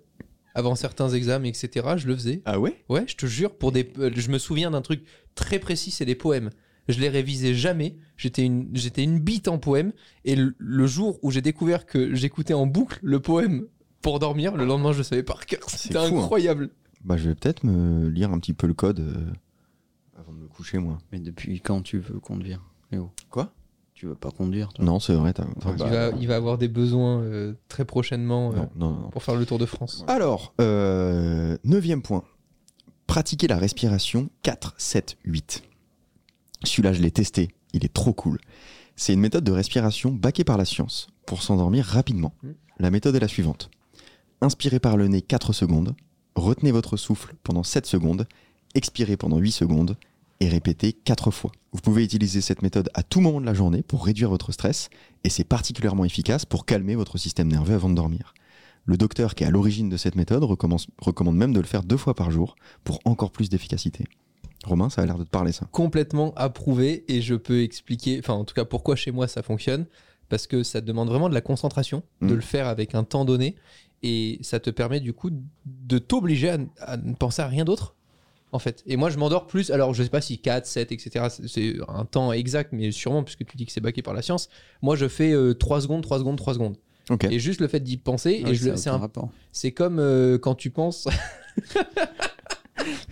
Speaker 2: avant certains examens, etc., je le faisais.
Speaker 1: Ah ouais
Speaker 2: Ouais, je te jure, pour des, euh, je me souviens d'un truc très précis, c'est des poèmes. Je les révisais jamais. J'étais une, j'étais une bite en poème. Et le, le jour où j'ai découvert que j'écoutais en boucle le poème pour dormir, le lendemain, je le savais par cœur. C'était
Speaker 1: fou, hein.
Speaker 2: incroyable.
Speaker 1: Bah, je vais peut-être me lire un petit peu le code euh, avant de me coucher, moi.
Speaker 3: Mais depuis quand tu veux conduire, Léo
Speaker 1: Quoi
Speaker 3: Tu veux pas conduire, toi
Speaker 1: Non, c'est vrai, t'as t'as
Speaker 2: il,
Speaker 1: raison.
Speaker 2: va, il va avoir des besoins euh, très prochainement euh,
Speaker 1: Bah, Non, non, non.
Speaker 2: pour faire le Tour de France.
Speaker 1: Alors, euh, neuvième point. Pratiquer la respiration 4, 7, 8. Celui-là, je l'ai testé. Il est trop cool. C'est une méthode de respiration baquée par la science pour s'endormir rapidement.
Speaker 2: Mm.
Speaker 1: La méthode est la suivante. Inspirez par le nez 4 secondes, retenez votre souffle pendant 7 secondes, expirez pendant 8 secondes et répétez 4 fois. Vous pouvez utiliser cette méthode à tout moment de la journée pour réduire votre stress et c'est particulièrement efficace pour calmer votre système nerveux avant de dormir. Le docteur qui est à l'origine de cette méthode recommence- recommande même de le faire deux fois par jour pour encore plus d'efficacité. Romain, ça a l'air de te parler ça.
Speaker 2: Complètement approuvé. Et je peux expliquer, enfin, en tout cas, pourquoi chez moi ça fonctionne. Parce que ça demande vraiment de la concentration, de
Speaker 1: Mm.
Speaker 2: le faire avec un temps donné. et ça te permet du coup de t'obliger à, à ne penser à rien d'autre en fait et moi je m'endors plus alors je sais pas si 4 7 etc c'est- c'est un temps exact mais sûrement puisque tu dis que c'est baqué par la science moi je fais 3 secondes 3 secondes 3 secondes
Speaker 1: Ok.
Speaker 2: et juste le fait d'y penser
Speaker 3: Ah
Speaker 2: et
Speaker 3: oui,
Speaker 2: je
Speaker 3: ça
Speaker 2: le-
Speaker 3: a
Speaker 2: c'est
Speaker 3: aucun
Speaker 2: un-
Speaker 3: rapport.
Speaker 2: c'est comme euh, quand tu penses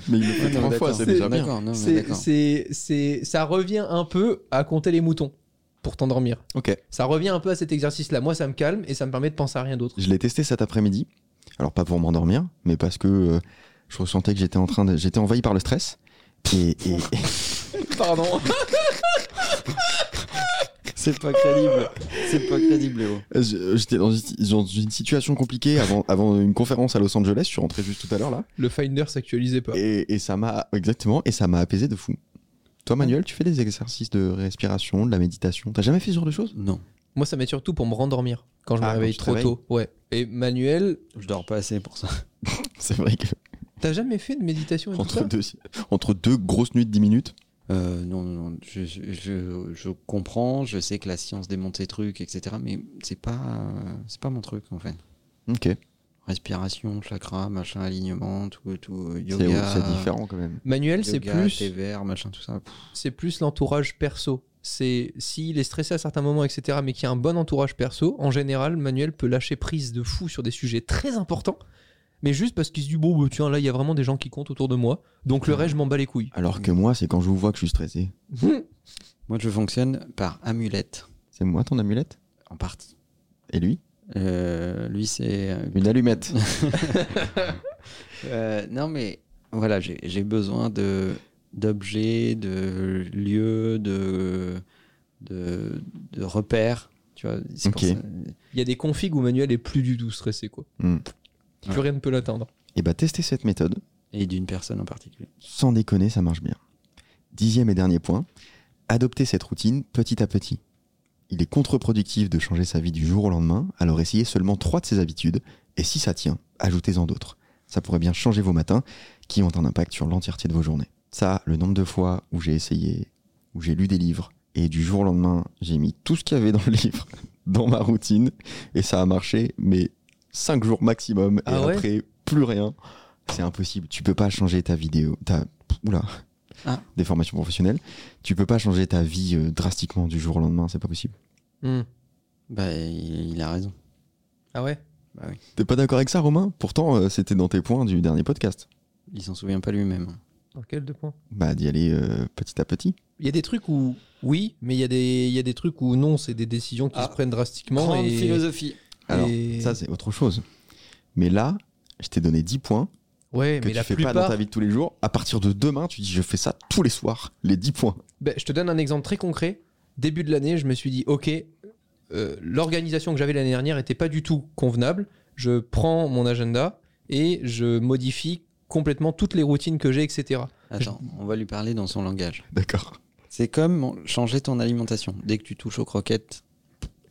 Speaker 1: Mais il le fait
Speaker 3: Non,
Speaker 1: trois
Speaker 3: mais
Speaker 1: fois,
Speaker 3: d'accord,
Speaker 1: c'est déjà bien.
Speaker 3: D'accord, non, mais
Speaker 2: c'est
Speaker 3: d'accord.
Speaker 2: c'est- c'est- ça revient un peu à compter les moutons pour t'endormir
Speaker 1: Ok.
Speaker 2: ça revient un peu à cet exercice là moi ça me calme et ça me permet de penser à rien d'autre
Speaker 1: Je l'ai testé cet après-midi. Alors pas pour m'endormir, mais parce que euh, je ressentais que j'étais en train de, j'étais envahi par le stress. Et, et-
Speaker 2: pardon
Speaker 3: C'est pas crédible. C'est pas crédible, Léo.
Speaker 1: je- j'étais dans, une- dans une situation compliquée avant, avant une conférence à Los Angeles. Je suis rentré juste tout à l'heure là.
Speaker 2: le finder s'actualisait pas
Speaker 1: Et, et ça m'a exactement et ça m'a apaisé de fou. Toi, Manuel, tu fais des exercices de respiration, de la méditation. T'as jamais fait ce genre de choses
Speaker 3: Non,
Speaker 2: Moi, ça m'aide surtout pour me rendormir quand je me
Speaker 1: Ah, quand
Speaker 2: réveille
Speaker 1: tu te
Speaker 2: trop
Speaker 1: réveilles.
Speaker 2: tôt. Ouais. Et Manuel,
Speaker 3: je dors pas assez pour ça.
Speaker 1: C'est vrai que
Speaker 2: t'as jamais fait de méditation et tout
Speaker 1: entre
Speaker 2: ça
Speaker 1: deux, entre deux grosses nuits de 10 minutes.
Speaker 3: Euh, non, non, non, je, je- je- je comprends, je sais que la science démonte ces trucs, etc. Mais c'est pas, euh, c'est pas mon truc en fait.
Speaker 1: Ok,
Speaker 3: Respiration, chakra, machin, alignement, tout, tout, euh,
Speaker 1: c'est
Speaker 3: yoga.
Speaker 1: c'est différent quand même.
Speaker 2: Manuel, c'est
Speaker 3: Yoga,
Speaker 2: plus.
Speaker 3: thé vert, machin, tout ça. Pff,
Speaker 2: c'est plus l'entourage perso. C'est s'il est stressé à certains moments, etc., mais qu'il y a un bon entourage perso, en général, Manuel peut lâcher prise de fou sur des sujets très importants, mais juste parce qu'il se dit, bon, bah, tiens, là, il y a vraiment des gens qui comptent autour de moi, donc le reste, je m'en bats les couilles.
Speaker 1: Alors que moi, c'est quand je vous vois que je suis stressé.
Speaker 3: Moi, je fonctionne par amulette,
Speaker 1: C'est moi ton amulette
Speaker 3: en partie.
Speaker 1: Et lui
Speaker 3: Euh, lui, c'est. euh,
Speaker 1: Une allumette.
Speaker 3: euh, non, mais voilà, j'ai j'ai besoin de d'objets, de lieux, de, de, de repères. Tu vois, c'est pour
Speaker 1: Ok.
Speaker 3: ça-
Speaker 2: Il y a des configs où Manuel est plus du tout stressé, quoi.
Speaker 1: Hmm.
Speaker 2: Plus rien ne peut l'atteindre.
Speaker 1: Et bah, testez cette méthode.
Speaker 3: Et d'une personne en particulier.
Speaker 1: Sans déconner, ça marche bien. Dixième et dernier point, adoptez cette routine petit à petit. Il est contre-productif de changer sa vie du jour au lendemain, alors essayez seulement trois de ses habitudes, et si ça tient, ajoutez-en d'autres. Ça pourrait bien changer vos matins, qui ont un impact sur l'entièreté de vos journées. Ça, le nombre de fois où j'ai essayé, où j'ai lu des livres, et du jour au lendemain, j'ai mis tout ce qu'il y avait dans le livre, dans ma routine, et ça a marché, mais cinq jours maximum, et
Speaker 2: Ah ouais
Speaker 1: après, plus rien. C'est impossible. Tu peux pas changer ta vidéo, ta, oula,
Speaker 3: Ah.
Speaker 1: des formations professionnelles. Tu peux pas changer ta vie euh, drastiquement du jour au lendemain, c'est pas possible.
Speaker 2: Hmm.
Speaker 3: Bah, il, il a raison.
Speaker 2: Ah ouais
Speaker 1: T'es pas d'accord avec ça, Romain Pourtant, euh, c'était dans tes points du dernier podcast.
Speaker 3: Il s'en souvient pas lui-même. hein.
Speaker 2: Dans quel deux points
Speaker 1: Bah, d'y aller euh, petit à petit.
Speaker 2: Il y a des trucs où oui, mais il y, a des- il y a des trucs où non, c'est des décisions qui
Speaker 3: Ah.
Speaker 2: se prennent drastiquement. et...
Speaker 3: philosophie.
Speaker 1: Alors,
Speaker 2: et-
Speaker 1: ça, c'est autre chose. Mais là, je t'ai donné 10 points
Speaker 2: ouais,
Speaker 1: que
Speaker 2: mais
Speaker 1: tu
Speaker 2: la
Speaker 1: fais
Speaker 2: plupart...
Speaker 1: pas dans ta vie de tous les jours. À partir de demain, tu dis je fais ça tous les soirs, les 10 points.
Speaker 2: Ben, je te donne un exemple très concret. Début de l'année, je me suis dit, ok, euh, l'organisation que j'avais l'année dernière n'était pas du tout convenable. Je prends mon agenda et je modifie complètement toutes les routines que j'ai, etc.
Speaker 3: Attends, on va lui parler dans son langage.
Speaker 1: D'accord.
Speaker 3: C'est comme mon- changer ton alimentation. Dès que tu touches aux croquettes,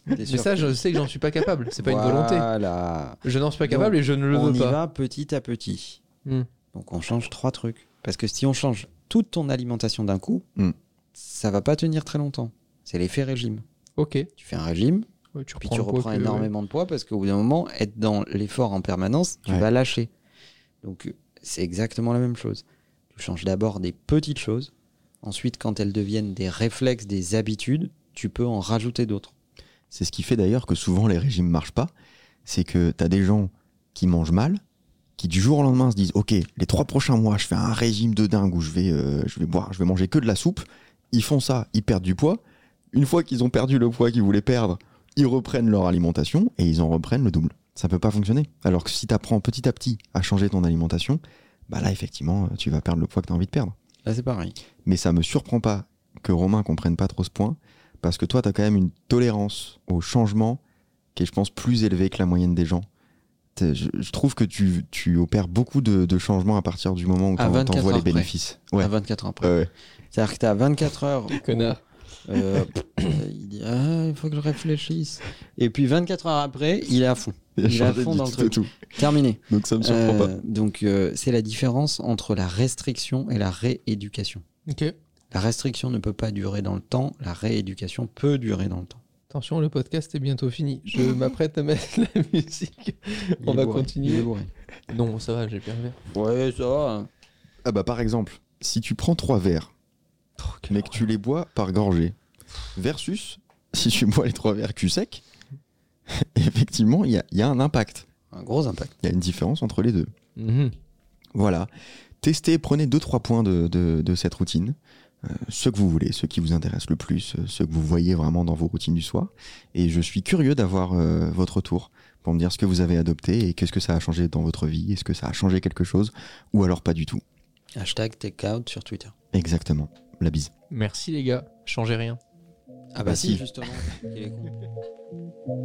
Speaker 3: t'es
Speaker 2: Mais
Speaker 3: sûr
Speaker 2: ça,
Speaker 3: que-
Speaker 2: je sais que j'en suis pas capable. C'est pas une volonté.
Speaker 3: Voilà.
Speaker 2: Je n'en suis pas capable
Speaker 3: Donc,
Speaker 2: et je ne le
Speaker 3: On
Speaker 2: veux
Speaker 3: y
Speaker 2: pas.
Speaker 3: va petit à petit.
Speaker 2: Hmm.
Speaker 3: Donc on change trois trucs. Parce que si on change toute ton alimentation d'un coup,
Speaker 1: Hmm.
Speaker 3: ça va pas tenir très longtemps. C'est l'effet régime.
Speaker 2: Ok.
Speaker 3: Tu fais un régime,
Speaker 2: Ouais, tu
Speaker 3: Puis tu
Speaker 2: le poids
Speaker 3: reprends
Speaker 2: que-
Speaker 3: énormément de poids parce qu'au bout d'un moment, être dans l'effort en permanence, tu
Speaker 1: Ouais.
Speaker 3: vas lâcher. Donc c'est exactement la même chose. Tu changes d'abord des petites choses. Ensuite, quand elles deviennent des réflexes, des habitudes, tu peux en rajouter d'autres.
Speaker 1: C'est ce qui fait d'ailleurs que souvent les régimes marchent pas. C'est que t'as des gens qui mangent mal, qui du jour au lendemain se disent Ok, les trois prochains mois, je fais un régime de dingue où je vais, euh, je vais boire, je vais manger que de la soupe. Ils font ça, ils perdent du poids. Une fois qu'ils ont perdu le poids qu'ils voulaient perdre, ils reprennent leur alimentation et ils en reprennent le double. Ça peut pas fonctionner. Alors que si t'apprends petit à petit à changer ton alimentation, bah là effectivement, tu vas perdre le poids que t'as envie de perdre.
Speaker 3: Là, c'est pareil.
Speaker 1: Mais ça me surprend pas que Romain comprenne pas trop ce point, parce que toi, tu as quand même une tolérance au changement qui est, je pense, plus élevée que la moyenne des gens. T'es- Je, je trouve que tu, tu opères beaucoup de, de changements à partir du moment où
Speaker 3: À
Speaker 1: t'en-
Speaker 3: 24
Speaker 1: t'en vois les
Speaker 3: heures près.
Speaker 1: bénéfices. Ouais.
Speaker 3: À 24 ans après.
Speaker 1: Ouais, ouais.
Speaker 3: C'est-à-dire que tu as 24 heures.
Speaker 2: Connard.
Speaker 3: euh, il dit Ah, il faut que je réfléchisse. Et puis 24 heures après, il est à fond.
Speaker 1: Il a
Speaker 3: Il est à
Speaker 1: changé
Speaker 3: fond
Speaker 1: du
Speaker 3: dans le
Speaker 1: tout au
Speaker 3: truc.
Speaker 1: tout.
Speaker 3: Terminé.
Speaker 1: Donc ça me surprend
Speaker 3: Euh, Donc euh, c'est la différence entre la restriction et la rééducation.
Speaker 2: Ok.
Speaker 3: La restriction ne peut pas durer dans le temps, la rééducation peut durer dans le temps.
Speaker 2: Attention, le podcast est bientôt fini. Je m'apprête à mettre la musique.
Speaker 3: Il
Speaker 2: On
Speaker 3: est
Speaker 2: va
Speaker 3: bourré,
Speaker 2: continuer.
Speaker 3: il est bourré.
Speaker 2: Non, ça va, j'ai bien le
Speaker 3: Ouais, ça va. hein.
Speaker 1: pas. Ah bah, par exemple, si tu prends trois verres, mais que tu les bois par gorgée, versus si tu bois les trois verres cul sec, effectivement, il y a- il y a un impact.
Speaker 3: Un gros impact.
Speaker 1: Il y a une différence entre les deux.
Speaker 2: Mhm.
Speaker 1: Voilà. Testez, prenez 2-3 points de, de- de cette routine. Euh, ceux que vous voulez, ceux qui vous intéressent le plus, euh, ceux que vous voyez vraiment dans vos routines du soir. Et je suis curieux d'avoir euh, votre retour pour me dire ce que vous avez adopté et qu'est-ce que ça a changé dans votre vie. Est-ce que ça a changé quelque chose ou alors pas du tout.
Speaker 3: Hashtag takeout sur Twitter.
Speaker 1: Exactement. La bise.
Speaker 2: Merci les gars. Changez rien.
Speaker 3: Ah
Speaker 1: bah si.
Speaker 3: justement. Il est con.